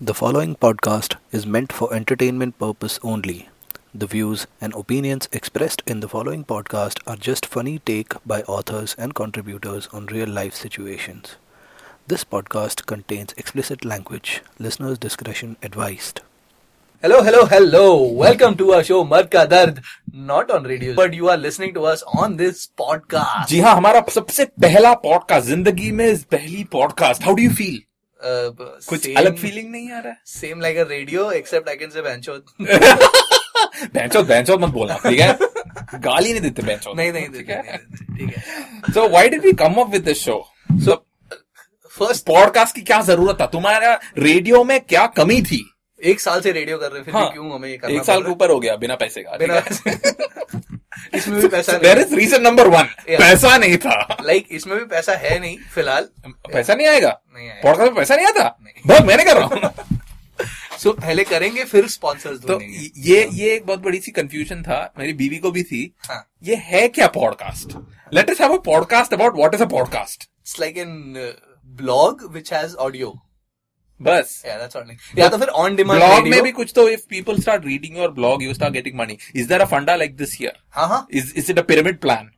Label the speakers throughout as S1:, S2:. S1: The following podcast is meant for entertainment purpose only. The views and opinions expressed in the following podcast are just funny take by authors and contributors on real life situations. This podcast contains explicit language. Listener's discretion advised.
S2: Hello, hello, hello. Welcome to our show Mad Ka Dard. Not on radio, but you are listening to us on this podcast.
S3: जी हाँ हमारा सबसे पहला podcast जिंदगी में इस पहली podcast how do you feel
S2: Uh,
S3: कुछ
S2: same-
S3: अलग फीलिंग नहीं आ रहा है
S2: Same like a radio, except I can say bencho.
S3: बैंचो बैंचो मत बोलना ठीक है गाली नहीं देते बैंचो
S2: नहीं नहीं ठीक है ठीक है
S3: so why did we come up with this show so
S2: first
S3: podcast की क्या जरूरत था तुम्हारा रेडियो में क्या कमी थी
S2: एक साल से रेडियो कर रहे हैं फिर भी क्यों हमें ये करना
S3: हाँ। एक साल के
S2: पड़
S3: ऊपर हो गया बिना पैसे का
S2: रहा है? बिना इसमें भी पैसा
S3: देर
S2: नहीं
S3: is reason number one
S2: Yeah.
S3: पैसा नहीं था
S2: लाइक इसमें भी पैसा है नहीं फिलहाल
S3: पैसा नहीं आएगा
S2: नहीं आएगा।
S3: पॉडकास्ट में पैसा नहीं आता
S2: नहीं।
S3: भाग मैंने कर रहा हूँ
S2: सो पहले करेंगे फिर स्पॉन्सर्स
S3: तो ये ये एक बहुत बड़ी सी कंफ्यूजन था मेरी बीवी को भी थी
S2: हाँ।
S3: ये है क्या podcast let us have a podcast about what is a podcast
S2: it's like an blog which has audio
S3: बस
S2: या दैट्स ऑडियो या तो फिर ऑन डिमांड
S3: ब्लॉग में भी कुछ तो if people start reading your blog you start getting money is there a फंडा लाइक दिस हियर
S2: हाँ हाँ
S3: is is it a pyramid plan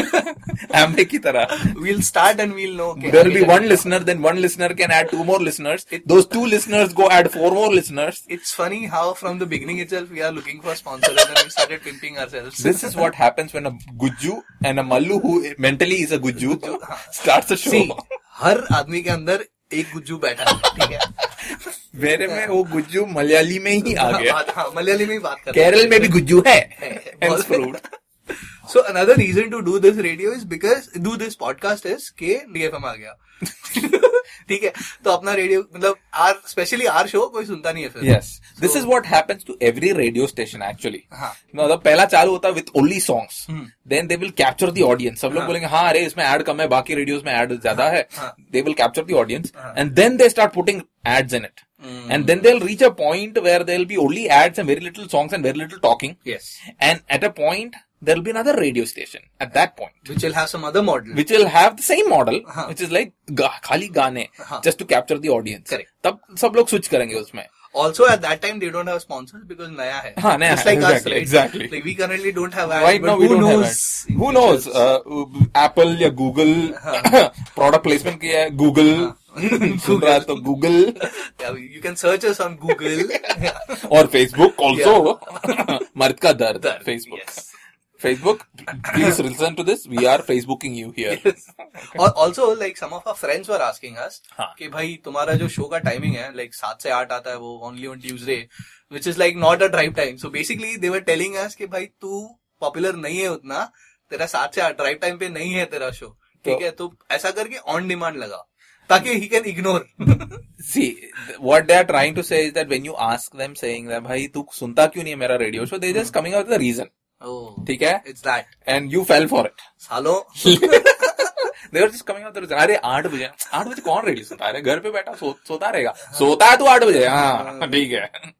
S3: एमडे की तरह
S2: we'll start and we'll know. Okay,
S3: there will
S2: okay,
S3: be
S2: okay.
S3: one listener then one listener can add two more listeners those two listeners go add four more listeners
S2: It's funny how from the beginning itself we are looking for sponsors and then we started pimping ourselves.
S3: this is what happens when a gujju and a mallu who mentally is a gujju starts a show
S2: हाँ। See, हर आदमी के अंदर एक गुज्जू बैठा है ठीक है
S3: मेरे में वो गुज्जू मलयाली में ही आ गया
S2: बात- हाँ, मलयाली में ही बात कर
S3: केरल में भी गुज्जू है Hence proved.
S2: So another reason to do this radio is because do this podcast is के डीएफएम आ गया ठीक है तो अपना रेडियो मतलब आर स्पेशली आर शो कोई सुनता नहीं है फिर
S3: Yes. This is what happens to every radio station actually.
S2: हाँ। हम्म।
S3: मतलब पहला चालू होता है with only songs then they will capture the audience सब लोग बोलेंगे हाँ अरे इसमें एड कम है बाकी रेडियोस में एड ज्यादा है
S2: हाँ।
S3: They will capture the audience and then they start putting ads in it
S2: hmm.
S3: And then they reach a point where they will be only ads and very little songs and very little talking
S2: yes
S3: and at a point there will be another radio station at that point
S2: which will have some other model
S3: which will have the same model,
S2: हाँ.
S3: which is like ga- खाली गाने
S2: हाँ.
S3: just to capture the audience.
S2: Correct.
S3: तब सब लोग switch करेंगे उसमें.
S2: Also, at that time, they don't have sponsors because नया है.
S3: हाँ, नया
S2: It's
S3: है.
S2: like us,
S3: Exactly,
S2: right?
S3: exactly.
S2: Like we currently don't have ads,
S3: Right
S2: but
S3: now
S2: who
S3: we don't have
S2: knows?
S3: ads. Who knows? Uh, Apple या Google
S2: हाँ।
S3: product placement किया है Google सुन रहा है तो Google
S2: Yeah, you can search us on Google. Yeah.
S3: और Facebook also मर्द का दर्द Facebook
S2: Yes.
S3: Facebook please listen to this we are Facebooking you here
S2: और also like some of our friends were asking us
S3: हाँ.
S2: कि भाई तुम्हारा जो शो का टाइमिंग है लाइक सात से आठ आता है वो only on Tuesday which is like not a drive time so basically they were telling us कि भाई तू पॉपुलर नहीं है उतना तेरा सात से आठ ड्राइव टाइम पे नहीं है तेरा शो ठीक
S3: तो-
S2: है तो ऐसा करके ऑन डिमांड लगा ताकि he can ignore
S3: See, th- what they are trying to say is that when you ask them saying that भाई तू सुनता क्यों नहीं है मेरा रेडियो शो they
S2: हाँ।
S3: just coming out with a reason
S2: Oh,
S3: ठीक है
S2: it's that
S3: and you fell for it
S2: सालो
S3: they are just coming out the reason अरे आठ बजे आठ बजे कौन रेडियो सुनता है अरे घर पे बैठा सो, सोता रहेगा सोता है तू आठ बजे हाँ ठीक है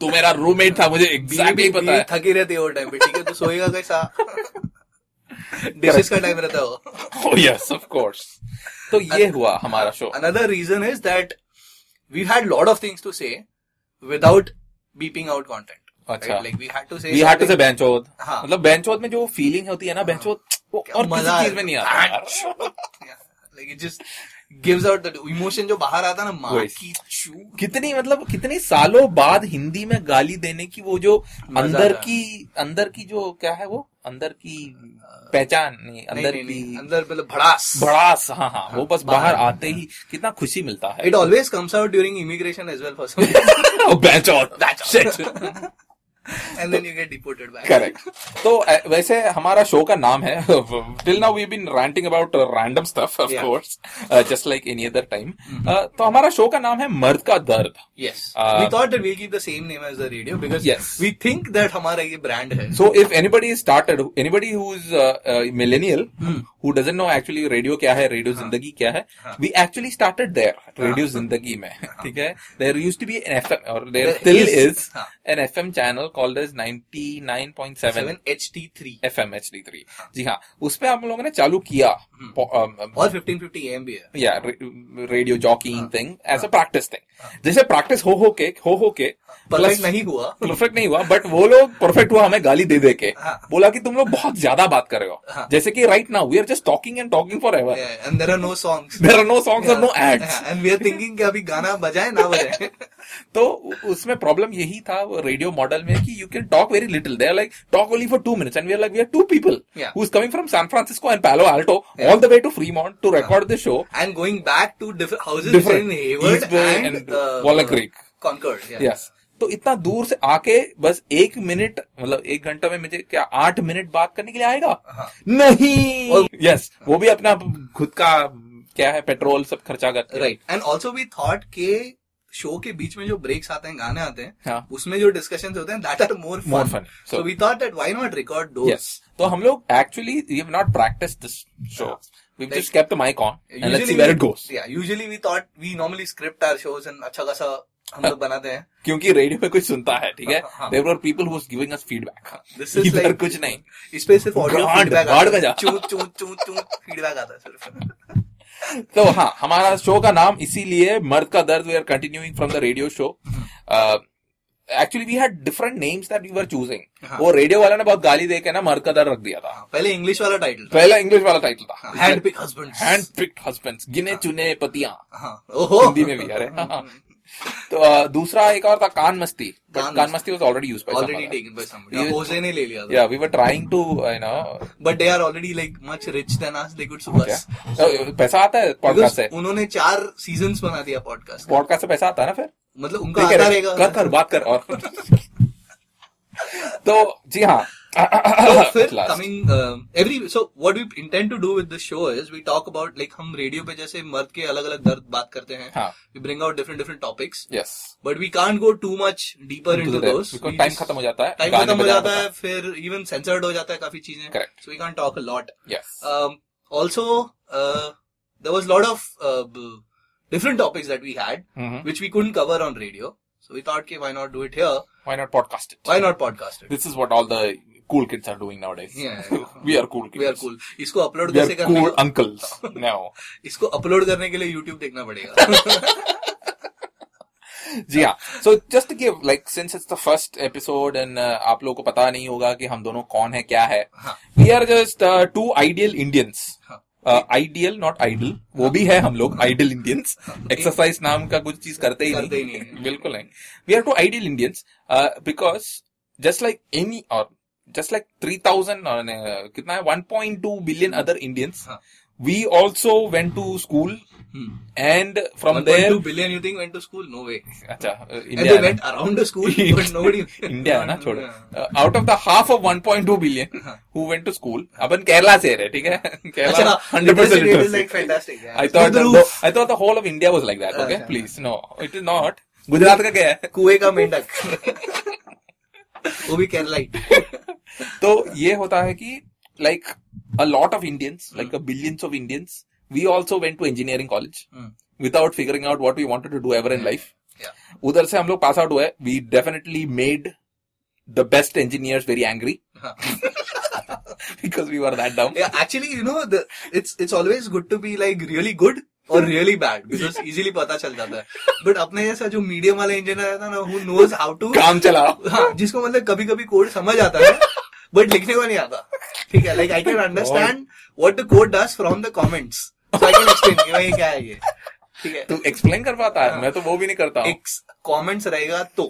S3: तू मेरा रूममेट था मुझे एग्जैक्टली
S2: बीवी-
S3: पता
S2: बीवी
S3: है
S2: थकी रहती है वो टाइम पे ठीक है तो सोएगा कैसा डिशेस का टाइम रहता है वो
S3: oh yes of course तो ये हुआ हमारा show
S2: another reason is that we had lot of things to say without beeping out
S3: अच्छा।
S2: Content like we had to say
S3: we had to say बेंचोद
S2: हाँ।
S3: मतलब बेंचोद में जो फीलिंग होती है ना बेंचोद वो और किसी चीज में नहीं आता यार।
S2: Like it just gives out the emotion जो बाहर आता है ना मां
S3: Voice.
S2: की चू
S3: कितनी मतलब कितने सालों बाद हिंदी में गाली देने की वो जो
S2: मजा
S3: अंदर
S2: आया।
S3: की अंदर की जो क्या है वो अंदर की पहचान नहीं
S2: अंदर
S3: अंदर की
S2: अंदर मतलब भड़ास
S3: भड़ास हाँ हाँ वो बस बाहर हाँ। आते ही कितना खुशी मिलता है
S2: it always comes out during immigration as well for some
S3: Bench out. Shit.
S2: And then you get deported back
S3: Correct. तो अ, वैसे हमारा शो का नाम है till now we been ranting about random stuff of
S2: Yeah.
S3: Course just like any other time तो हमारा show का नाम है मर्द का दर्द
S2: Yes.
S3: Uh,
S2: we thought that we'll keep the same name as the radio because
S3: Yes.
S2: we think that हमारा ये brand है.
S3: So if anybody started, anybody who's uh, a millennial
S2: Hmm.
S3: who doesn't know actually radio क्या है, radio जिंदगी क्या है, we actually started there, radio जिंदगी में, ठीक है? There used to be an FM or there
S2: There
S3: still
S2: is,
S3: is
S2: हाँ.
S3: an FM channel called as 99.7
S2: seven H T three
S3: FM HD3 जी हाँ उसपे आप लोगों ने चालू किया
S2: हम्म।
S3: पो- अम, अम,
S2: और फिफ्टीन फिफ्टी एम भी है
S3: yeah ra- radio jockeying
S2: हाँ,
S3: thing as a
S2: हाँ,
S3: practice thing
S2: हाँ।
S3: जैसे प्रैक्टिस हो हो के हो हो के
S2: परफेक्ट
S3: Plus-
S2: नहीं हुआ
S3: परफेक्ट नहीं हुआ बट वो लोग परफेक्ट हुआ हमें गाली दे दे के
S2: हाँ।
S3: बोला कि तुम लोग बहुत ज्यादा बात कर रहे हो
S2: हाँ।
S3: जैसे कि right now we are just talking and talking for ever
S2: and there are no songs
S3: there are no songs और no ads
S2: and we are thinking कि अभी गाना बजाए ना बजाए
S3: तो उ- उसमें प्रॉब्लम यही था रेडियो मॉडल में कि you can talk very little they are like talk only for two minutes and we are like we are two people
S2: Yeah.
S3: Who is coming from San Francisco and Palo Alto
S2: Yeah.
S3: All the way to Fremont to record the show
S2: and going back to different houses
S3: Different.
S2: in Hayward
S3: Eastbourne
S2: and,
S3: and
S2: uh,
S3: Waller Creek.
S2: Concord. Yeah.
S3: Yes तो इतना दूर से आके बस एक minute मतलब एक घंटा में मुझे क्या आठ मिनट बात करने के लिए आएगा
S2: हाँ।
S3: नहीं
S2: और-
S3: यस वो भी अपना खुद का क्या है पेट्रोल सब खर्चा करते हैं।
S2: Right. And also we thought के शो के बीच में जो ब्रेक्स आते हैं गाने आते हैं
S3: हाँ।
S2: उसमें जो डिस्कशन होते हैं that are more
S3: More
S2: more
S3: fun.
S2: Fun
S3: So-
S2: so we thought that why not record
S3: yes
S2: those
S3: तो हम लोग actually we have not practice this show we
S2: Like-
S3: just kept the mic on and let's see where it goes
S2: Yeah, usually we thought we normally script our shows and अच्छा खासा हम
S3: हाँ.
S2: लोग बनाते हैं
S3: क्योंकि रेडियो पे कुछ सुनता है ठीक है
S2: हाँ, हाँ।
S3: There are people who was giving us feedback
S2: This is
S3: इधर
S2: like-
S3: कुछ नहीं
S2: इस पे सिर्फ ऑडियो
S3: गाड़-
S2: फीडबैक
S3: गाड़
S2: आता
S3: बजा।
S2: है चू चू चू चू फीडबैक आता है सिर्फ
S3: तो हाँ हमारा शो का नाम इसीलिए मर्द का दर्द we are continuing from the radio show
S2: hmm.
S3: Uh, actually we had different names that we were choosing
S2: हाँ।
S3: वो रेडियो वाला ने बहुत गाली दे के ना मर्द का दर्द रख दिया था
S2: हाँ, पहले इंग्लिश वाला हाँ, टाइटल
S3: पहला इंग्लिश वाला टाइटिल था
S2: hand pick husband
S3: hand picked husband गिने चुने पतियां
S2: हाँ ओहो
S3: हिंदी में भी अरे हाँ,
S2: हम्म।
S3: हाँ। तो अ, दूसरा एक और था कान मस्ती But
S2: कान
S3: कान
S2: मस्ती।
S3: मस्ती was already used by
S2: already taken by somebody. Yeah, Jose ने ले लिया था.
S3: या we were trying to you know
S2: But they are already like much rich than us. They could sue us.
S3: तो, पैसा आता है पॉडकास्ट से
S2: Because उन्होंने चार सीजन्स बना दिया पॉडकास्ट का
S3: पॉडकास्ट से पैसा आता है ना फिर
S2: मतलब उनका
S3: ठीक
S2: आता
S3: है,
S2: रहेगा
S3: कर कर बात कर और तो जी हाँ
S2: So, तो फिर uh,
S3: Last.
S2: Coming every so what we intend to do with the show is we talk about like हम रेडियो पे जैसे मर्द के अलग अलग दर्द बात करते हैं
S3: हाँ
S2: we bring out different different topics
S3: yes
S2: but we can't go too much deeper into those
S3: because time खत्म हो जाता है
S2: टाइम
S3: गाने
S2: खत्म हो
S3: बजाने
S2: जाता
S3: का।
S2: है फिर इवन सेंसर्ड हो जाता है काफी चीजें
S3: Correct.
S2: So we can't talk a lot
S3: Yes.
S2: um, also uh, there was a lot of uh, b- different topics that we had
S3: Mhm.
S2: which we couldn't cover on radio so we thought okay why not do it here
S3: Why not podcast it?
S2: why not podcast it
S3: This is what all the cool kids are doing nowadays.
S2: Yeah, yeah.
S3: we are cool kids.
S2: we are cool इसको upload
S3: We
S2: कैसे
S3: are
S2: करना
S3: cool uncles now.
S2: इसको upload करने के लिए YouTube देखना पड़ेगा
S3: जी हाँ so just give like since it's the first episode and uh, आप लोगों को पता नहीं होगा कि हम दोनों कौन है क्या है
S2: हाँ।
S3: We are just two ideal Indians
S2: हाँ।
S3: Uh, आइडियल नॉट आइडल वो भी है हम लोग आइडियल इंडियंस एक्सरसाइज नाम का कुछ चीज करते ही
S2: हाँ। करते ही
S3: नहीं,
S2: नहीं।
S3: बिल्कुल नहीं we are two ideal Indians because just like any और just like three thousand uh, कितना है one point two billion other Indians
S2: हाँ।
S3: We also went to school
S2: Hmm.
S3: And from
S2: from
S3: there
S2: 1.2 billion you think went to school no way
S3: अच्छा uh,
S2: and they
S3: India
S2: went around the school but nobody अच्छा,
S3: India है ना छोड़ो Uh, out of the half of 1.2 billion
S2: हाँ।
S3: Who went to school अपन केरला से रहे ठीक है केरला
S2: अच्छा
S3: 100%
S2: it is like
S3: literacy.
S2: fantastic yeah.
S3: I thought
S2: Through the
S3: that
S2: roof.
S3: I thought the whole of India was like that. Okay,
S2: अच्छा।
S3: please no, it is not. Gujarat का क्या है
S2: कुएं का मेंढक वो भी केरलाइट
S3: तो ये होता है कि like a lot of Indians like a
S2: Hmm.
S3: Billions of Indians we also went to engineering college without figuring out what we wanted to do ever in life
S2: Hmm. Yeah.
S3: उधर से हम लोग pass out हुए we definitely made the best engineers very angry because we were that dumb.
S2: हाँ। Yeah, actually, you know, the, it's it's always good to be like really good or really bad because easily पता चल जाता है. But अपने जैसा जो medium वाला engineer था ना, who knows how to,
S3: काम चलाओ
S2: हाँ, जिसको मतलब कभी कभी कोड समझ आता है, but लिखने को नहीं आता. ठीक है, like I can understand what the code does from the comments. So I can explain कि भाई ये क्या है ये. ठीक है.
S3: तू एक्सप्लेन कर पाता है मैं तो वो भी नहीं करता हूँ
S2: हाँ। एक कमेंट्स रहेगा तो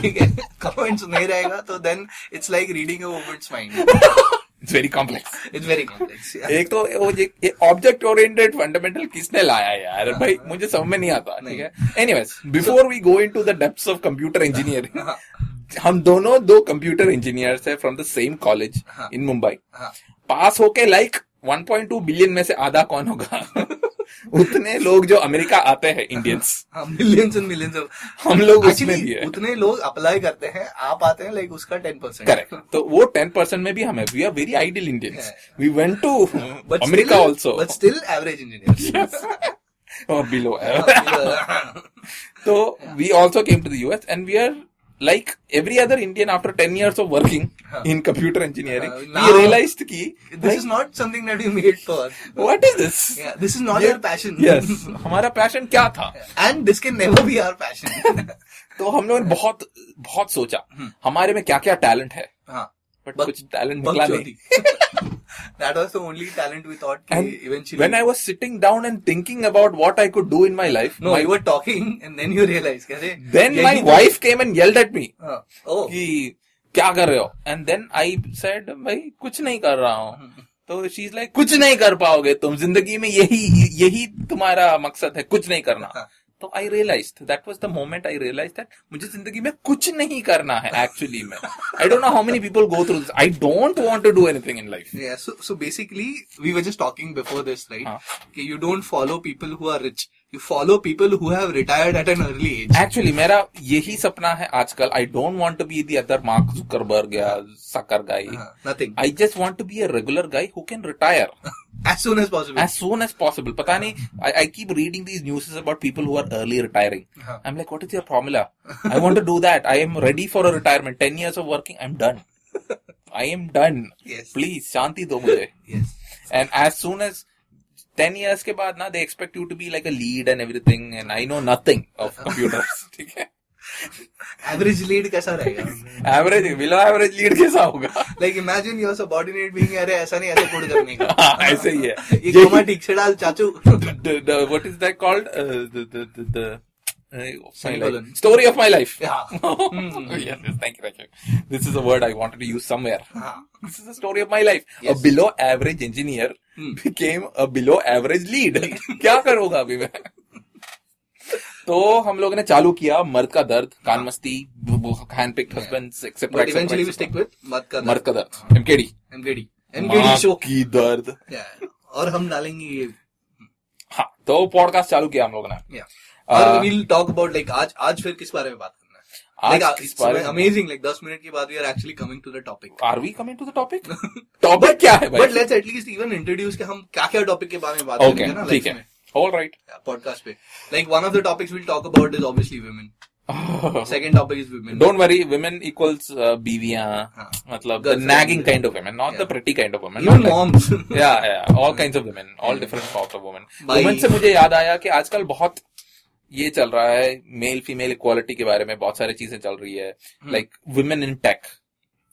S2: ठीक है कमेंट्स नहीं रहेगा तो then it's like reading a woman's mind
S3: it's very complex
S2: it's very complex
S3: एक तो वो ये ऑब्जेक्ट ओरिएंटेड फंडामेंटल किसने लाया यार भाई मुझे समझ में नहीं आता ठीक
S2: हाँ। नहीं। तो-
S3: है anyways before we go into the depths of computer engineering
S2: हाँ
S3: हम दोनों दो कंप्यूटर इंजीनियर्स है फ्रॉम द सेम कॉलेज
S2: हाँ।
S3: इन मुंबई
S2: हाँ
S3: पास होके लाइक 1.2 बिलियन में से आधा कौन होगा उतने लोग जो अमेरिका आते हैं इंडियंस
S2: हाँ। मिलियंस एंड मिलियंस ऑफ
S3: हम लोग उसमें भी
S2: एक्चुअली
S3: है
S2: उतने लोग अप्लाई करते हैं आप आते हैं लाइक उसका टेन परसेंट
S3: करेक्ट तो वो टेन परसेंट में भी हमें we are very ideal Indians
S2: हाँ।
S3: We went to America also
S2: but still average engineer
S3: और बिलो तो we also came to the US and we are like every other Indian, after 10 years of working
S2: Huh.
S3: in computer engineering,
S2: Uh,
S3: we
S2: now-
S3: realized ki,
S2: This is not something that you made for.
S3: what is this?
S2: Yeah, this is not
S3: Yeah.
S2: your passion.
S3: Yes, हमारा passion क्या था?
S2: And this can never be our passion.
S3: तो हम लोगों ने बहुत बहुत सोचा
S2: हम्म।
S3: हमारे में क्या क्या टैलेंट है
S2: हाँ.
S3: बट
S2: बक-
S3: कुछ टैलेंट निकला नहीं
S2: Bakchodi. that was the only talent we thought ki
S3: And
S2: eventually.
S3: when I was sitting down and thinking about what I could do in my life,
S2: no,
S3: my,
S2: you were talking and then you realized. Kare,
S3: then my wife came and yelled at me
S2: Uh, oh.
S3: कि क्या कर रहे हो and then I said भाई कुछ नहीं कर रहा
S2: हम्म।
S3: हूँ तो शी लाइक कुछ नहीं कर पाओगे तुम जिंदगी में यही यही तुम्हारा मकसद है कुछ नहीं करना
S2: हाँ.
S3: तो I realize that was the moment I realize that मुझे जिंदगी में कुछ नहीं करना है एक्चुअली में I don't know how many people go through this I don't want to do anything in life
S2: Yeah, so so basically we were just talking before this, right?
S3: Huh.
S2: Okay, you don't follow people who are rich. You follow people who have retired at an early age.
S3: Actually मेरा यही सपना है आजकल I don't want to be the other Mark Zuckerberg या sucker गाई
S2: Uh, nothing.
S3: I just want to be a regular guy who can retire
S2: as soon as possible.
S3: as soon as possible. Pata nahi, I, I keep reading these news about people who are early retiring.
S2: Huh.
S3: I'm like, what is your formula? I want to do that. I am ready for a retirement. 10 years of working, I'm done. I am done.
S2: Yes.
S3: Please, shanti do mujhe.
S2: Yes.
S3: And as soon as 10 years ke baad na, they expect you to be like a lead and everything. And I know nothing of computers. ठीक है?
S2: Average lead कैसा रहेगा?
S3: average, below average lead कैसा होगा?
S2: Like imagine your subordinate being अरे ऐसा नहीं ऐसा कोड करने का.
S3: हाँ, ऐसे ही है.
S2: ये कोमा ठीक से डाल चाचू.
S3: the, the what is that called? Uh, the the the, the uh, of my
S2: Semicolon.
S3: life. story of my life.
S2: Yeah. Hmm.
S3: yes, yes, thank you, thank you. This is a word I wanted to use somewhere.
S2: हाँ.
S3: This is the story of my life.
S2: Yes. Hmm.
S3: A below average engineer became a below average lead. क्या करूँगा अभी मैं? तो हम लोग ने चालू किया मर्द का दर्द कान मस्ती हैंडपिक्ड हस्बैंड्स एक्सेप्ट
S2: But हाँ। eventually we stick with मत कर.
S3: मर्द का दर्द एमकेडी
S2: MKD. MKD show.
S3: की दर्द
S2: Yeah. और हम डालेंगे ये.
S3: हाँ तो पॉडकास्ट चालू किया हम लोग ने
S2: Yeah. और
S3: Uh,
S2: we'll talk about like आज आज फिर किस बारे में बात करना है?
S3: आज
S2: Like,
S3: किस
S2: it's
S3: बारे में-
S2: amazing. Like 10 मिनट के बाद we are actually coming to the topic.
S3: Are we coming to the topic topic क्या है
S2: But
S3: भाई
S2: let's at least even introduce कि हम क्या क्या टॉपिक के बारे में बात
S3: ओके
S2: करेंगे ना
S3: ठीक है ऑलराइट
S2: पॉडकास्ट पे like one of the topics will talk about is obviously women second topic is women
S3: don't worry women uh, equals बीवियां
S2: हाँ.
S3: मतलब
S2: Girlfriend.
S3: Nagging kind of women not the
S2: Yeah.
S3: Pretty kind of women
S2: even moms
S3: या या all kinds of women all different types of women
S2: भाई.
S3: Women से मुझे याद आया कि आजकल बहुत ये चल रहा है मेल फीमेल इक्वालिटी के बारे में बहुत सारी चीजें चल रही है like women in tech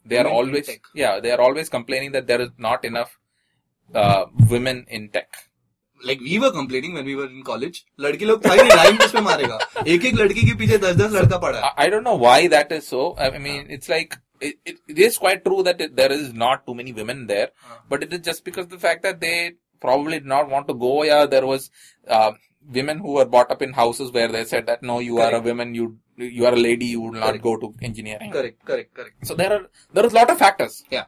S3: they are
S2: Hmm. Women in
S3: always
S2: tech.
S3: या they are always complaining that there is not enough uh, women in tech
S2: like we were complaining when we were in college लड़के लोग भाई line किस पे मारेगा एक एक लड़की के पीछे दस दस लड़का पड़ा है
S3: I I don't know why that is so. I I mean, it's like it, it, it is quite true that it, there is not too many women there,
S2: Uh.
S3: but it is just because the fact that they probably did not want to go. Yeah, there was uh, women who were brought up in houses where they said that no, you are a
S2: Correct.
S3: woman, you you are a lady, you will not
S2: Correct.
S3: go to engineering.
S2: Correct correct correct
S3: So there are there is a lot of factors.
S2: Yeah.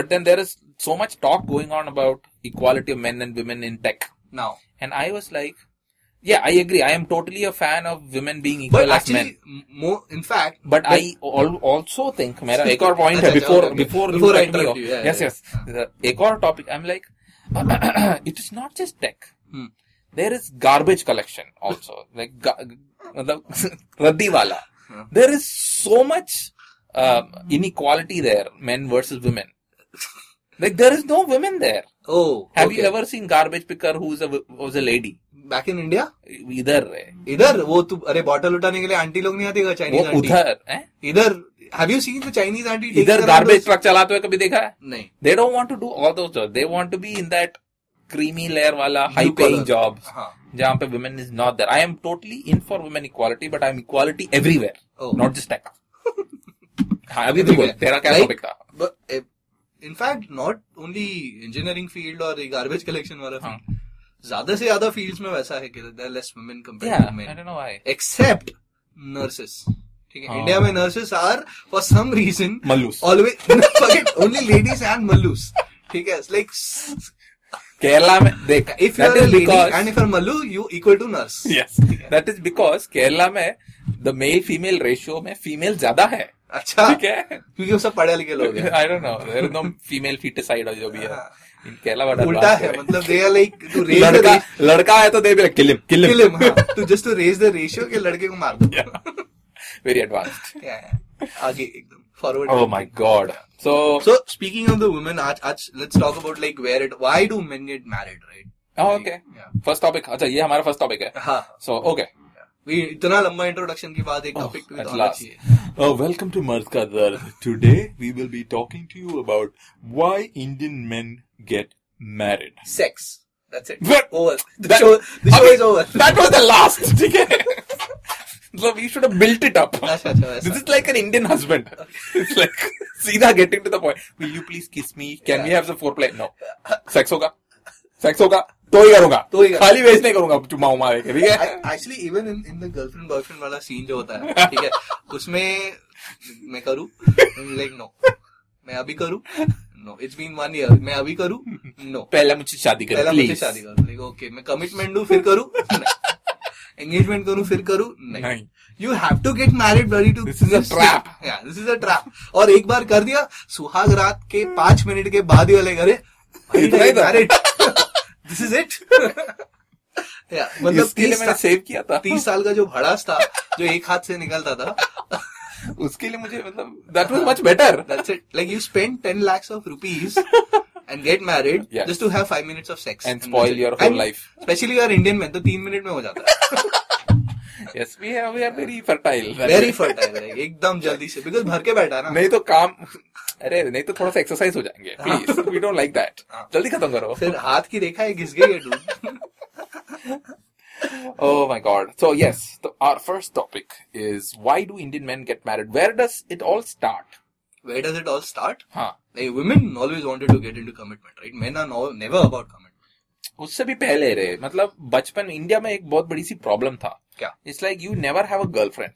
S3: But then there is so much talk going on about equality of men and women in tech,
S2: now
S3: and I was like, yeah, I agree. I am totally a fan of women being equal
S2: but
S3: as men.
S2: Actually more in fact
S3: But I al- also think मेरा एक और point
S2: अच्छा,
S3: है
S2: अच्छा,
S3: before
S2: okay.
S3: before you
S2: Before I
S3: cut me
S2: interrupt
S3: off.
S2: you, yeah,
S3: Yes
S2: yeah,
S3: yes. The- एक और topic I'm like it is not just tech.
S2: Hmm.
S3: There is garbage collection also like ga- मतलब रद्दी वाला.
S2: Hmm.
S3: There is so much uh, inequality there men versus women. Like there is no women there.
S2: oh
S3: Have
S2: okay.
S3: you ever seen garbage picker who's a who's a lady?
S2: back in India
S3: इधर है.
S2: इधर वो तू अरे bottle उठाने के लिए aunty लोग नहीं आती
S3: वो
S2: चाइनीज आंटी
S3: उधर है.
S2: इधर have you seen the Chinese aunty
S3: इधर गार्बेज ट्रक चलाते हुए कभी देखा है?
S2: नहीं
S3: they don't want to do all those jobs. They want to be in that creamy layer wala high paying
S2: collar.
S3: jobs.
S2: हाँ.
S3: जहाँ पे women is not there. I am totally in for women equality, but I am equality everywhere,
S2: Oh.
S3: not just tech. हाँ अभी तो बोल
S2: Everywhere.
S3: तेरा क्या
S2: Like-
S3: topic था
S2: in fact not only engineering field और गार्बेज कलेक्शन वाला
S3: हाँ.
S2: field. ज्यादा से ज्यादा फील्ड्स में वैसा है कि there less women
S3: Yeah,
S2: compare to
S3: I
S2: men
S3: don't know why.
S2: Except nurses ठीक है
S3: हाँ.
S2: इंडिया में nurses are for some reason
S3: Mallus
S2: always only ladies and Mallus ठीक है लाइक
S3: केरला में देख
S2: if you
S3: that
S2: are
S3: is
S2: lady
S3: because-
S2: and if are Mallu you equal to nurse
S3: yes that is because Kerala में the male female ratio में female ज्यादा है
S2: अच्छा
S3: ठीक है
S2: क्योंकि वो सब पढ़े लिखे लोग हैं हाँ।
S3: I don't know there is no female feticide और जो भी है in Kerala बड़ा
S2: उल्टा है मतलब they are like to raise
S3: लड़का लड़का है तो दे भी किलिम किलिम
S2: हाँ। The to just to raise the ratio के लड़के को मार दो
S3: वेरी एडवांस्ड
S2: Yeah, yeah. आगे एकदम forward
S3: oh my god so
S2: So speaking of the women, आज आज let's talk about like where it. Why do men get married, right?
S3: oh,
S2: Like,
S3: okay
S2: Yeah.
S3: first topic अच्छा ये हमारा first topic है
S2: हाँ.
S3: so okay
S2: We इतना लंबा introduction के बाद एक
S3: Oh,
S2: टॉपिक पे
S3: at
S2: तो आना
S3: last.
S2: चाहिए.
S3: Uh, welcome to Marka Dar. Today we will be talking to you about why Indian men get married.
S2: Sex. That's it.
S3: What?
S2: Over. The
S3: That-
S2: show. The show
S3: Okay,
S2: is over.
S3: That was the last. ठीक है? Look, we should have built it up.
S2: अच्छा अच्छा
S3: This
S2: वैसा.
S3: is like an Indian husband. It's like सीधा getting to the point. Will you please kiss me? Can we have some foreplay? No. Sex होगा. Sex होगा. तो ही करूंगा.
S2: तो ही करूंगा.
S3: खाली वेस्ट नहीं करूंगा चुमाऊ मारे के ठीक है?
S2: Actually even in in the girlfriend boyfriend वाला सीन जो होता है ठीक है उसमें मैं करूं लाइक नो मैं अभी करूं no it's been one year मैं अभी करूं नो
S3: पहला मुझसे शादी करो
S2: पहला मुझे
S3: please.
S2: शादी करो लाइक ओके मैं कमिटमेंट दूं फिर करूं एंगेजमेंट करूं फिर करूं नहीं
S3: नहीं.
S2: You have to get married bloody too
S3: This is a trap.
S2: This is a trap और एक बार कर दिया सुहाग रात के पांच मिनट के बाद ही वाले करे
S3: इतना ही था।
S2: मैरिड दिस इज इट मतलब
S3: इसके लिए मैंने
S2: तीस-
S3: सेव किया था
S2: तीस साल का जो भड़ास था जो एक हाथ से निकलता था
S3: उसके लिए मुझे मतलब that was much better
S2: that's it like you spend 10 lakhs of rupees and get married
S3: Yeah.
S2: just to have 5 minutes of sex
S3: And spoil
S2: that's it.
S3: your whole
S2: And
S3: life.
S2: especially your indian men तो 3 minute में हो जाता है
S3: yes we are we are very fertile
S2: very fertile है एकदम जल्दी से because भर के बैठा है ना
S3: नहीं तो काम अरे नहीं तो थोड़ा सा एक्सरसाइज हो जाएंगे please we don't like that
S2: हाँ।
S3: जल्दी खत्म करो
S2: फिर हाथ की रेखा है घिस गई है dude.
S3: Oh my god. So yes, the, our first topic is why do Indian men get married? Where does it all start?
S2: where does it all start
S3: हाँ,
S2: like women always wanted to get into commitment right men are no, never about commitment
S3: उससे भी पहले रहे मतलब बचपन India में एक बहुत बड़ी सी प्रॉब्लम था
S2: क्या?
S3: It's like you never have a girlfriend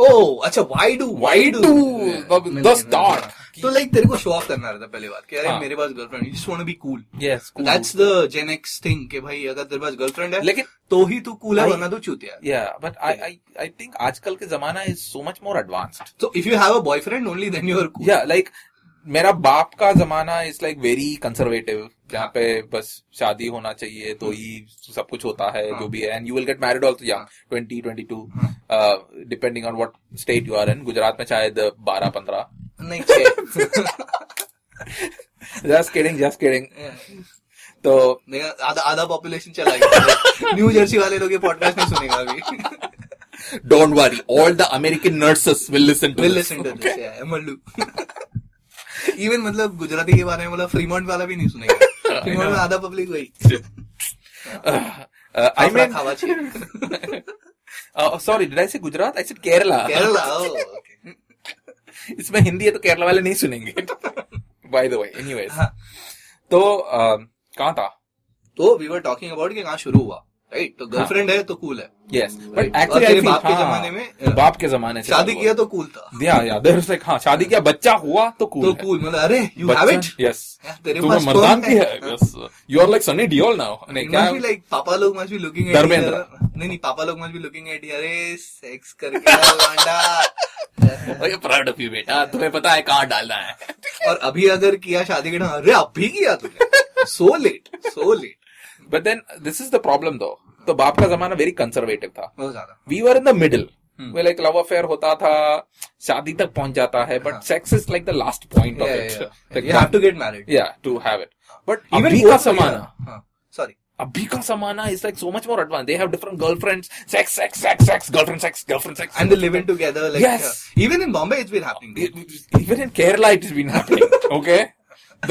S2: oh अच्छा why do why
S3: Why
S2: do
S3: do?
S2: Yeah.
S3: The- the
S2: मिलके-
S3: start.
S2: तो लाइक तेरे को शो ऑफ करना रहता है पहले बात कि अरे
S3: हाँ.
S2: मेरे पास girlfriend you just want to be cool
S3: yes
S2: that's the gen X thing कि भाई अगर तेरे पास गर्लफ्रेंड है
S3: लेकिन
S2: तो ही तू कूल है
S3: I-
S2: वरना तू चूतिया है
S3: या but I I I think आजकल के जमाना is so much more advanced
S2: so if you have a boyfriend only then you are cool
S3: या लाइक मेरा बाप का जमाना इज लाइक वेरी कंजर्वेटिव जहाँ पे बस शादी होना चाहिए तो ही सब कुछ होता है
S2: हाँ.
S3: जो भी है and you will get married also या
S2: हाँ.
S3: ट्वेंटी ट्वेंटी टू
S2: हाँ.
S3: Depending on what state you are in Gujarat में शायद बारह पंद्रह
S2: नहीं छे
S3: जस्ट किडिंग जस्ट किडिंग तो
S2: देखा, आधा आधा पॉपुलेशन चला गया न्यू जर्सी वाले लोग ये पॉडकास्ट नहीं सुनेगा अभी
S3: don't worry all the American nurses will listen
S2: will listen to this Mallu even मतलब गुजराती के बारे में बोला फ्रीमोंट वाला भी नहीं सुनेगा फ्रीमोंट में आधा पब्लिक वही
S3: आई मीन
S2: खावा चाहिए
S3: sorry did I say Gujarat I said Kerala
S2: Kerala oh, okay.
S3: इसमें हिंदी है तो केरला वाले नहीं सुनेंगे बाय द वे एनीवेज
S2: हाँ।
S3: तो अम, कहाँ था
S2: तो वी वर टॉकिंग अबाउट कि कहाँ शुरू हुआ राइट तो गर्लफ्रेंड है तो कूल है
S3: यस
S2: Right.
S3: बट
S2: और तेरे
S3: एक्चुअली
S2: बाप के जमाने में,
S3: हाँ, तो बाप के जमाने से
S2: शादी किया तो कूल था
S3: दिया या देयर इज लाइक हां शादी किया बच्चा हुआ तो
S2: तो
S3: कूल
S2: कूल मतलब अरे you have it
S3: yes
S2: Yeah, तेरे
S3: तुम्हें
S2: पास
S3: मर्दान
S2: sperm
S3: भी
S2: है।
S3: है yes you are like Sunny Deol now नहीं क्या
S2: मस्ट बी लाइक पापा लोग must be looking at
S3: Dharmendra.
S2: नहीं नहीं पापा लोग मस्ट बी लुकिंग एट अरे सेक्स करके आओ, गांडा
S3: अरे प्राउड ऑफ यू बेटा तुम्हें पता है कहाँ डालना है
S2: और अभी अगर किया शादी के टाइम अरे अभी किया तूने so late so late
S3: but then this is the problem though तो बाप का जमाना वेरी कंजर्वेटिव था
S2: बहुत ज्यादा
S3: we were in the middle way like love affair होता था शादी तक पहुंच जाता है बट
S2: हाँ.
S3: Sex is like the last point of it
S2: you have to get married
S3: या to have it but even का जमाना
S2: हाँ, सॉरी
S3: अभी का जमाना is like so much more advance they have different girlfriends sex sex sex sex girlfriend sex girlfriend sex
S2: and they live in together
S3: Yes.
S2: Like even in Bombay it's been happening
S3: even in Kerala it has been happening okay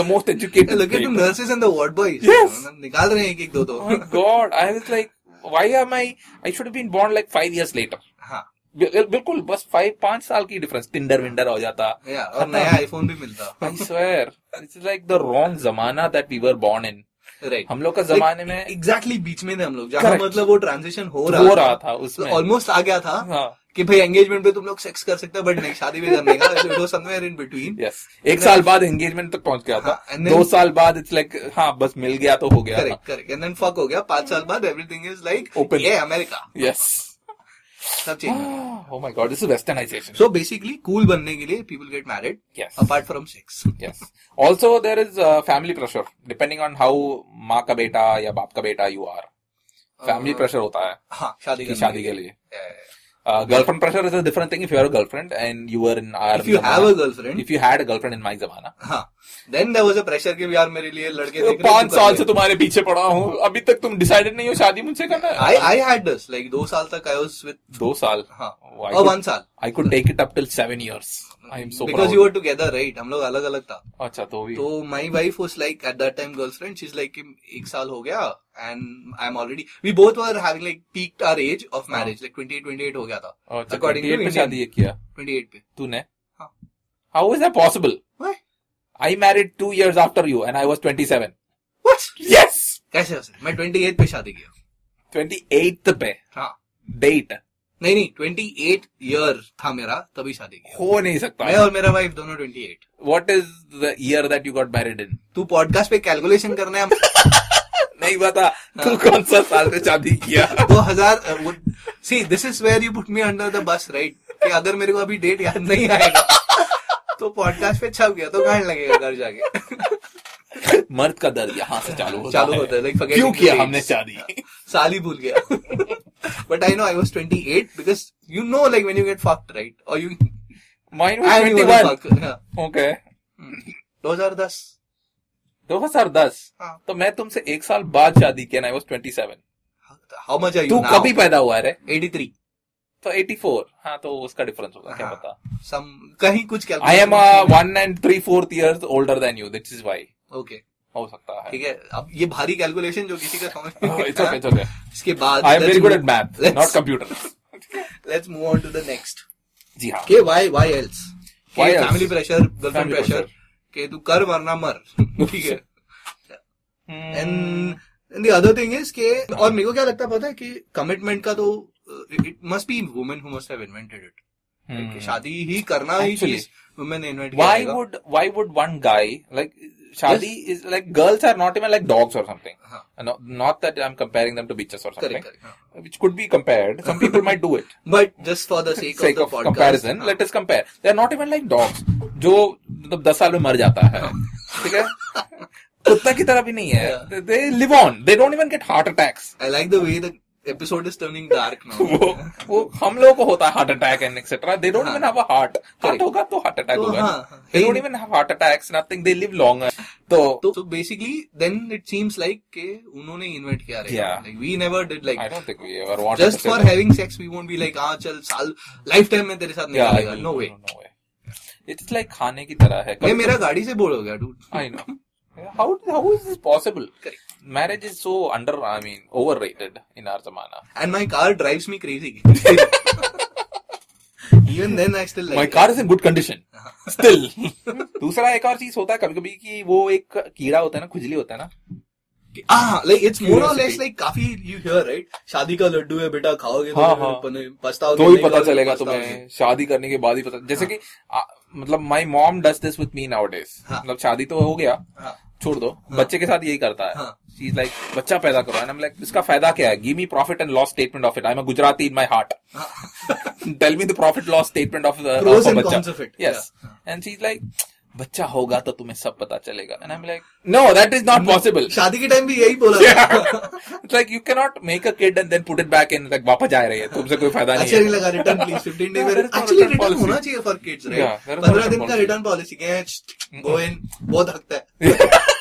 S3: the most educated
S2: look at the
S3: state.
S2: Nurses and the ward boys
S3: Yes.
S2: निकाल रहे हैं एक एक दो दो
S3: oh my god I was like why am I I should have been born like five years later
S2: हाँ
S3: बिल- बिल्कुल बस फाइव पांच साल की डिफरेंस टिंडर विंडर हो जाता
S2: या और नया आईफोन भी मिलता
S3: I swear it's like the wrong जमाना that we were born in
S2: right
S3: हम लोग का जमाने में
S2: एग्जैक्टली बीच में थे हम लोग जहाँ
S3: Correct.
S2: मतलब वो ट्रांजिशन हो रहा
S3: हो रहा था उसमें
S2: ऑलमोस्ट आ गया था
S3: हाँ
S2: कि भाई एंगेजमेंट पे तुम लोग सेक्स कर सकते हो बट नहीं शादी भी करने का it was somewhere in between
S3: yes एक साल बाद एंगेजमेंट तक पहुंच गया था
S2: हाँ, and then-
S3: दो साल बाद इट्स लाइक हाँ बस मिल गया तो हो गया
S2: correct correct and then fuck हो गया पांच साल बाद एवरीथिंग इज लाइक
S3: Open.
S2: ये अमेरिका
S3: यस
S2: सब change
S3: oh my god this is westernization
S2: so basically cool बनने के लिए people get married
S3: yes
S2: apart from sex
S3: yes also there is uh, family pressure depending on how माँ का बेटा या बाप का बेटा you are family pressure होता है
S2: हाँ शादी
S3: कि
S2: करने
S3: शादी के लिए
S2: Yeah, yeah, yeah.
S3: Uh, girlfriend pressure is a different thing if you are a girlfriend and you were in our
S2: If you have a girlfriend,
S3: if you had a girlfriend in my zamana
S2: हाँ, then there was a pressure कि यार मेरे लिए लड़के देख रहे हैं,
S3: पांच
S2: तू कर
S3: साल
S2: ले।
S3: से तुम्हारे पीछे पड़ा हूँ अभी तक तुम डिसाइडेड नहीं हो शादी मुझसे करना
S2: I I had this like दो साल तक I was with
S3: दो साल
S2: हाँ
S3: I
S2: और
S3: could-
S2: वन साल
S3: I could take it up till seven years. I am so
S2: because
S3: proud.
S2: You were together right हम लोग अलग अलग था
S3: अच्छा तो भी
S2: तो my wife was like at that time girlfriend she's like एक साल हो गया and I am already we both were having like peak our age of
S3: हाँ।
S2: मैरिज लाइक 28 28 हो गया था
S3: अच्छा
S2: According to
S3: 28 में
S2: Indian-
S3: शादी ये किया
S2: 28 पे
S3: तूने
S2: हाँ।
S3: How is that possible
S2: Why?
S3: I married two years after you and I was 27
S2: what
S3: yes
S2: कैसे हो सकता है? मैं 28 पे शादी किया
S3: 28 पे
S2: हाँ
S3: डेट
S2: नहीं नहीं 28 ईयर था मेरा तभी शादी किया
S3: हो नहीं
S2: मैं
S3: सकता
S2: और मेरा वाइफ दोनों 28
S3: what is the year that you got married in
S2: तू पॉडकास्ट पे कैलकुलेशन करना है
S3: नहीं पता
S2: हाँ।
S3: तू कौन सा साल में शादी किया
S2: 2000 see this is where you put me under the bus right कि अगर मेरे को अभी डेट याद नहीं आएगा तो पॉडकास्ट पे छप गया तो गांड लगेगा घर जाके
S3: मर्द का दर्द यहाँ से चालू होता
S2: चालू
S3: है।
S2: होता है, like forgetting
S3: क्यों किया
S2: the dates.
S3: हमने शादी
S2: साल ही भूल गया but I know I was twenty eight because you know like when you get fucked right और you
S3: mine
S2: I
S3: twenty one okay
S2: Hmm. दो हजार दस
S3: दो हजार दस
S2: हाँ।
S3: तो मैं तुमसे एक साल बाद शादी किया I was twenty seven
S2: how much are
S3: तू
S2: यू
S3: कभी पैदा हुआ है रे
S2: एटी थ्री
S3: तो 84 हाँ तो उसका डिफरेंस होगा क्या
S2: हाँ।
S3: पता uh,
S2: सम कहीं कुछ क्या
S3: I am one and three fourth years older than you दिट्स इज वाई
S2: ओके
S3: हो सकता है Oh,
S2: ठीक है अब ये भारी कैलकुलेशन जो किसी का समझ
S3: इट्स ओके इट्स ओके
S2: इसके बाद
S3: I am very good at math
S2: let's-
S3: not computer
S2: let's move on to the next
S3: जी हाँ
S2: के व्हाई व्हाई एल्स
S3: Why
S2: के
S3: else?
S2: Family pressure girlfriend
S3: Family
S2: pressure के तू कर वरना मर ठीक है
S3: Hmm,
S2: and the other thing is के और मेरे को क्या लगता है पता है कि कमिटमेंट का तो it must be women who must have invented it
S3: hmm.
S2: शादी ही करना ही
S3: Actually,
S2: चीज वुमेन ने इन्वेंट किया
S3: Why
S2: होगा।
S3: would why would one guy like Shadi is like girls are not even like dogs or something.
S2: हाँ
S3: No, not that I'm comparing them to bitches or something,
S2: correct correct
S3: which could be compared. Some people might do it.
S2: But just for the sake of
S3: sake
S2: the
S3: of
S2: podcast
S3: comparison, let us compare. They are not even like dogs, जो मतलब दस साल में मर जाता है ठीक है कुत्ता की तरह भी नहीं है they live on they don't even get heart attacks
S2: I like the way the episode is turning dark
S3: तो वो
S2: नाउ
S3: वो हम लोगों को होता है heart attack and etcetera they don't
S2: हाँ।
S3: Even have a heart heart
S2: Correct.
S3: होगा तो हार्ट अटैक
S2: तो
S3: होगा
S2: हाँ, हाँ।
S3: They don't even have heart attacks nothing they live longer तो
S2: तो basically then it seems like के उन्होंने इन्वेंट किया
S3: Yeah.
S2: Like we never did like
S3: I don't think we ever wanted
S2: just for having sex we won't be like हाँ चल साल life time में तेरे साथ निकालेगा नो वे
S3: इट्स लाइक खाने की तरह है
S2: ये मेरा गाड़ी से बोल हो गया dude
S3: I know. How how is this possible?
S2: Correct.
S3: Marriage is so under I mean overrated in our zamana.
S2: And my car drives me crazy even then I still
S3: My car is in good condition.
S2: Uh-huh.
S3: Still. दूसरा एक और चीज होता है कभी कभी कि वो एक कीड़ा होता है ना खुजली होता है ना
S2: हाँ लाइक इट्स मोर और
S3: Curiosity.
S2: लेस लाइक काफी यू हियर राइट शादी का लड्डू है बेटा खाओगे
S3: हाँ,
S2: तो
S3: हाँ.
S2: फिर पने- पछताओगे
S3: तो ही
S2: नहीं,
S3: पता
S2: और
S3: चलेगा
S2: पछताओगे।
S3: तुम्हें शादी करने के बाद ही पता जैसे कि आ, मतलब my mom does this with me nowadays
S2: हाँ।
S3: मतलब शादी तो हो गया
S2: हाँ
S3: छोड़ दो बच्चे के साथ यही करता है
S2: हाँ।
S3: चीज लाइक बच्चा पैदा करो एंड आई एम लाइक इसका फायदा क्या है give me profit and loss statement of it I am Gujarati in my heart tell me the profit loss statement of
S2: Pros and cons of it.
S3: Yes
S2: Yeah.
S3: And she is like बच्चा होगा तो तुम्हें सब पता चलेगा and I am like no that is not possible
S2: शादी के time भी यही बोला था
S3: it's like you can not make a kid and then put it back in like वापस जा रही है तुमसे कोई फायदा नहीं
S2: अच्छा नहीं
S3: है
S2: लगा return please 15 day
S3: Yeah, there is no
S2: actually
S3: return
S2: return
S3: policy.
S2: होना चाहिए for kids
S3: Yeah,
S2: right
S3: there is
S2: 15 दिन का
S3: no return policy. Mm-hmm.
S2: Return policy है गो इन बहुत हकता है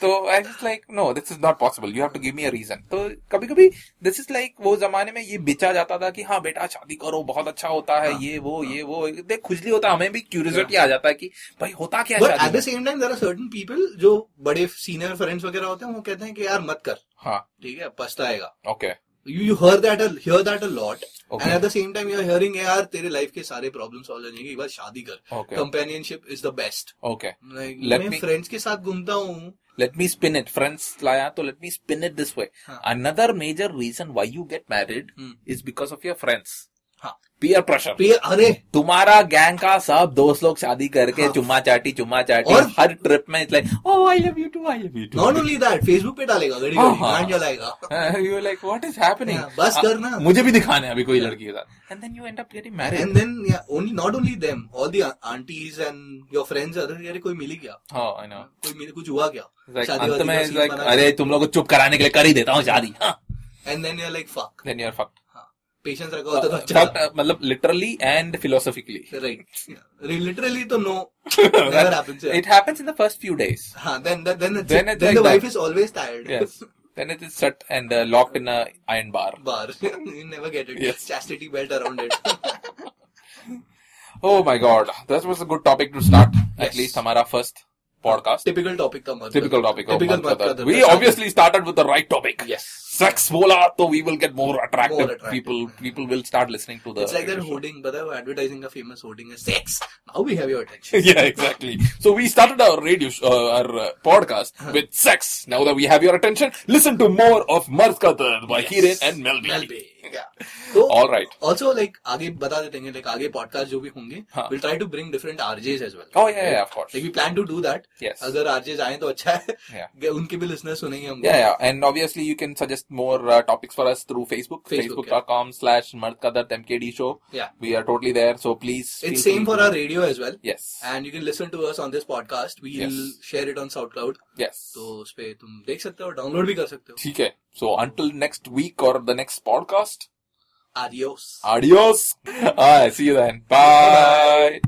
S3: तो I just like no this is not possible you have to give me a reason तो कभी कभी दिस इज लाइक वो जमाने में ये बेचा जाता था कि हाँ बेटा शादी करो बहुत अच्छा होता है ये वो ये वो देख खुजली होता है, हमें भी क्यूरियोसिटी आ जाता है कि भाई होता क्या है
S2: बट एट
S3: शादी
S2: द
S3: में?
S2: Same time there are certain people जो बड़े सीनियर फ्रेंड्स वगैरह होते हैं वो कहते हैं कि यार मत कर
S3: हाँ
S2: ठीक है पछताएगा
S3: okay
S2: you you hear that here that a lot and
S3: Okay.
S2: At the same time you are hearing यार तेरे लाइफ के सारे प्रॉब्लम सॉल्व हो जाएंगे एक बार शादी कर
S3: Okay.
S2: Companionship is the best
S3: okay Let
S2: मैं
S3: me-
S2: फ्रेंड्स के साथ घूमता हूँ
S3: let me spin it friends laya to let me spin it this way
S2: Huh.
S3: another major reason why you get married
S2: Hmm.
S3: is because of your friends
S2: हाँ
S3: peer pressure
S2: प्रिय अरे
S3: तुम्हारा gang का सब दोस्त लोग शादी करके
S2: हाँ।
S3: चुम्मा चाटी चुम्मा चाटी
S2: और-
S3: हर ट्रिप में "Oh, like oh I love you too I love you too
S2: not only that Facebook पे डालेगा घड़ी
S3: हाँ,
S2: घड़ी
S3: हाँ।
S2: गांड जलाएगा
S3: you like what is happening
S2: हाँ, बस करना।
S3: मुझे भी दिखाना है अभी कोई लड़की के साथ and then you end up getting
S2: and
S3: married
S2: then only not only them all the aunties and your friends अरे यार कोई मिली क्या
S3: हां आई नो
S2: कोई मिली कुछ हुआ क्या
S3: लाइक
S2: शादी वादी
S3: अंत
S2: का
S3: में हाँ, it's
S2: scene
S3: like
S2: बना
S3: अरे तुम लोग को चुप कराने के लिए कर ही देता हूं शादी हाँ, हां
S2: and then you like fuck
S3: then you are fucked
S2: हाँ। पेशेंस रखा होता तो अच्छा
S3: But, uh, मतलब literally and philosophically
S2: right literally तो no never happens
S3: it happens in the first few days
S2: हां then then
S3: Then it's
S2: then
S3: like
S2: the
S3: that.
S2: Wife is always tired
S3: yes then it is set and locked in a iron bar
S2: bar you never get it
S3: Yes.
S2: Chastity belt around it
S3: Oh my god, that was a good topic to start. At
S2: Yes.
S3: least हमारा first podcast.
S2: Typical topic का मतलब
S3: Typical topic of
S2: typical
S3: Mantra Dad. We obviously started with the right topic.
S2: मतलब Yes.
S3: Sex bola, so we will get more attractive,
S2: More attractive.
S3: people. People will start listening to the.
S2: It's like that hoarding, but वो advertising का famous hoarding is sex. Now we have your attention.
S3: yeah, exactly. So we started our radio, sh- uh, our uh, podcast with sex. Now that we have your attention, listen to more of Marskatar by Kiran and Melby.
S2: Melby. Yeah. So,
S3: All right.
S2: Also, like आगे बता देते हैं, like आगे podcast जो भी होंगे,
S3: हाँ.
S2: we'll try to bring different RJs as well.
S3: Oh yeah, yeah, of course.
S2: Like we plan to do that.
S3: Yes.
S2: अगर RJs आए तो अच्छा है.
S3: Yeah.
S2: कि उनके भी listeners सुनेंगे हम.
S3: Yeah, yeah, and obviously you can suggest more uh, topics for us through Facebook,
S2: Facebook,
S3: facebook.com slash Mardkadat MKD show.
S2: Yeah.
S3: We are totally there, so please. feel
S2: It's
S3: free
S2: same for
S3: to-
S2: our radio as well.
S3: Yes.
S2: And you can listen to us on this podcast. We'll
S3: Yes.
S2: share it on SoundCloud.
S3: Yes.
S2: तो उस पे तुम देख सकते हो, download भी कर सकते हो.
S3: ठीक है. So until next week or the next podcast,
S2: Adios.
S3: adios. Ah, see you then. Bye.
S2: Bye-bye.